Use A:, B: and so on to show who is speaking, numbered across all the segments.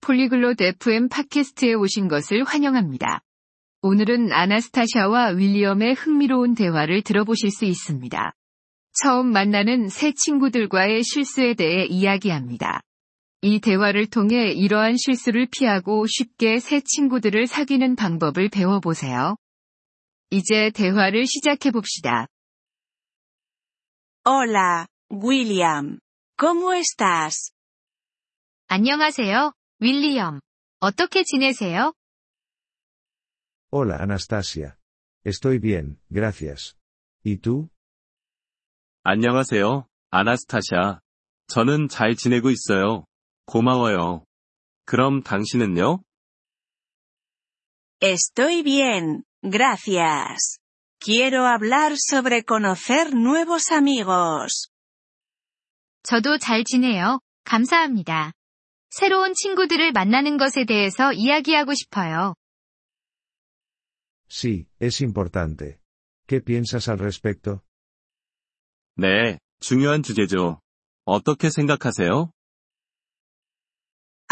A: 폴리글롯 FM 팟캐스트에 오신 것을 환영합니다. 오늘은 아나스타샤와 윌리엄의 흥미로운 대화를 들어보실 수 있습니다. 처음 만나는 새 친구들과의 실수에 대해 이야기합니다. 이 대화를 통해 이러한 실수를 피하고 쉽게 새 친구들을 사귀는 방법을 배워보세요. 이제 대화를 시작해 봅시다.
B: Hola, William. ¿Cómo estás?
A: 안녕하세요, 윌리엄. 어떻게 지내세요?
C: Hola Anastasia. Estoy bien, gracias. ¿Y tú?
D: 안녕하세요, 아나스타샤. 저는 잘 지내고 있어요. 고마워요. 그럼 당신은요?
B: Estoy bien, gracias. Quiero hablar sobre conocer nuevos amigos.
A: 저도 잘 지내요. 감사합니다. 새로운 친구들을 만나는 것에 대해서 이야기하고 싶어요.
C: Sí, es importante. ¿Qué piensas al respecto?
D: 네, 중요한 주제죠. 어떻게 생각하세요?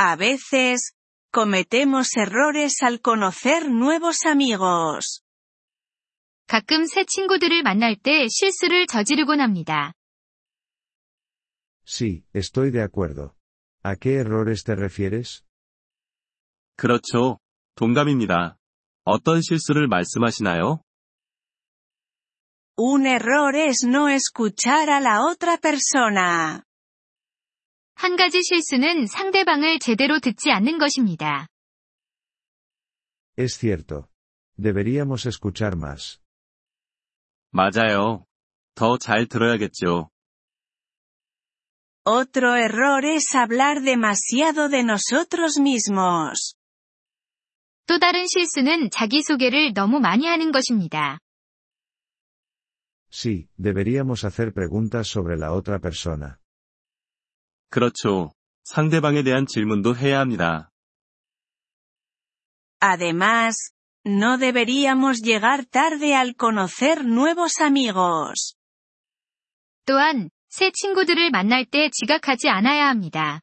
B: A veces, cometemos errores al conocer nuevos amigos.
A: 가끔 새 친구들을 만날 때 실수를 저지르곤 합니다.
C: Sí, estoy de acuerdo. ¿A qué errores te refieres?
D: 그렇죠. 동감입니다. 어떤 실수를 말씀하시나요?
B: Un error es no escuchar a la otra persona.
A: 한 가지 실수는 상대방을 제대로 듣지 않는 것입니다.
C: Es cierto. Deberíamos escuchar más.
D: 맞아요. 더 잘 들어야겠죠.
B: Otro error es hablar demasiado de nosotros mismos.
A: 또 다른 실수는 자기소개를 너무 많이 하는 것입니다.
C: Sí, deberíamos hacer preguntas sobre la otra persona.
D: 그렇죠. 상대방에 대한 질문도 해야 합니다.
B: Además, no deberíamos llegar tarde al conocer nuevos amigos.
A: 또한, 새 친구들을 만날 때 지각하지 않아야 합니다.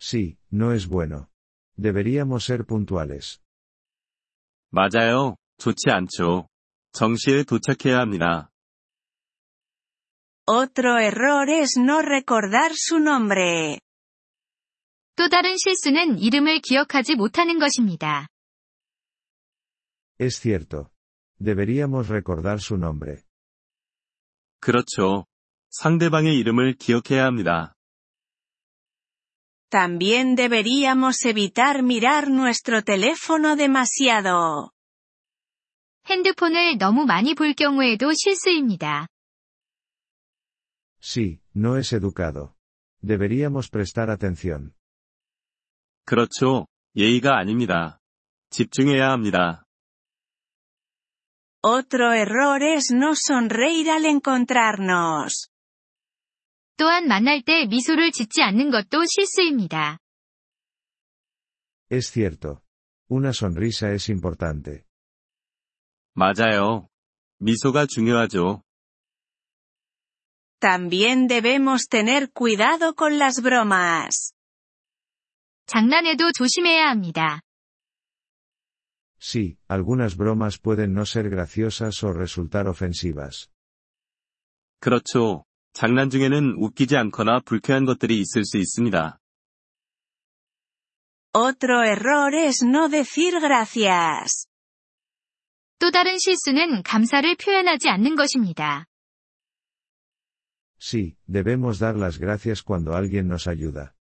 C: Sí, no es bueno. Deberíamos ser puntuales.
D: 맞아요. 좋지 않죠. 정시에 도착해야 합니다.
B: Otro error es no recordar su nombre.
A: 또 다른 실수는 이름을 기억하지 못하는 것입니다.
C: Es cierto. Deberíamos recordar su nombre.
D: 그렇죠. 상대방의 이름을 기억해야 합니다.
B: También deberíamos evitar mirar nuestro teléfono demasiado.
A: 핸드폰을 너무 많이 볼 경우에도 실수입니다.
C: Sí, no es educado. Deberíamos prestar atención.
D: 그렇죠. 예의가 아닙니다. 집중해야 합니다.
B: Otro error es no sonreír al encontrarnos.
A: 또한 만날 때 미소를 짓지 않는 것도 실수입니다.
C: Es cierto. Una sonrisa es importante.
D: 맞아요. 미소가 중요하죠.
B: También debemos tener cuidado con las bromas.
A: 장난에도 조심해야 합니다.
C: Sí, algunas bromas pueden no ser graciosas o resultar ofensivas.
D: 그렇죠. 장난 중에는 웃기지 않거나 불쾌한 것들이 있을 수 있습니다.
B: Otro error es no decir gracias.
A: 또 다른 실수는 감사를 표현하지 않는 것입니다.
C: Sí, debemos dar las gracias cuando alguien nos ayuda.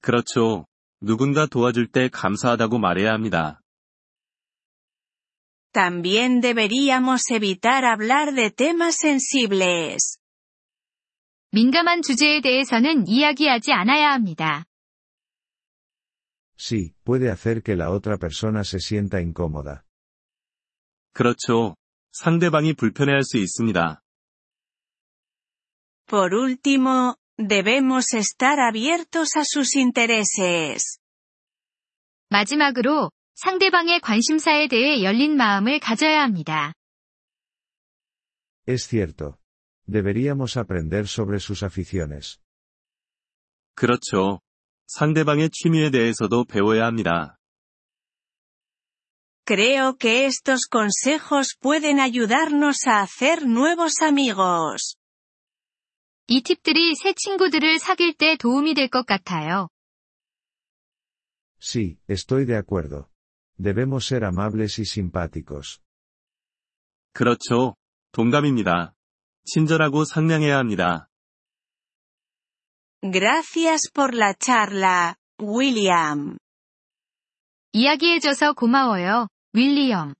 D: 그렇죠. 누군가 도와줄 때 감사하다고 말해야 합니다.
B: También deberíamos evitar hablar de temas sensibles.
A: 민감한 주제에 대해서는 이야기하지 않아야 합니다.
C: Sí, puede hacer que la otra persona se sienta incómoda.
D: 그렇죠. 상대방이 불편해할 수 있습니다.
B: Por último, debemos estar abiertos a sus intereses.
A: 마지막으로 상대방의 관심사에 대해 열린 마음을 가져야 합니다.
C: Es cierto. Deberíamos aprender sobre sus aficiones.
D: 그렇죠. 상대방의 취미에 대해서도 배워야 합니다.
B: Creo que estos consejos pueden ayudarnos a hacer nuevos amigos.
E: 이 팁들이 새 친구들을 사귈 때 도움이 될 것 같아요.
C: Sí, estoy de acuerdo. Debemos ser amables y simpáticos.
D: 그렇죠. 동감입니다. 친절하고 상냥해야 합니다.
B: Gracias por la charla, William.
E: 이야기해줘서 고마워요, 윌리엄.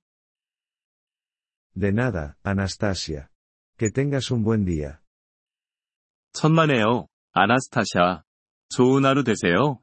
C: De nada, Anastasia. Que tengas un buen día.
D: 천만에요. 아나스타샤. 좋은 하루 되세요.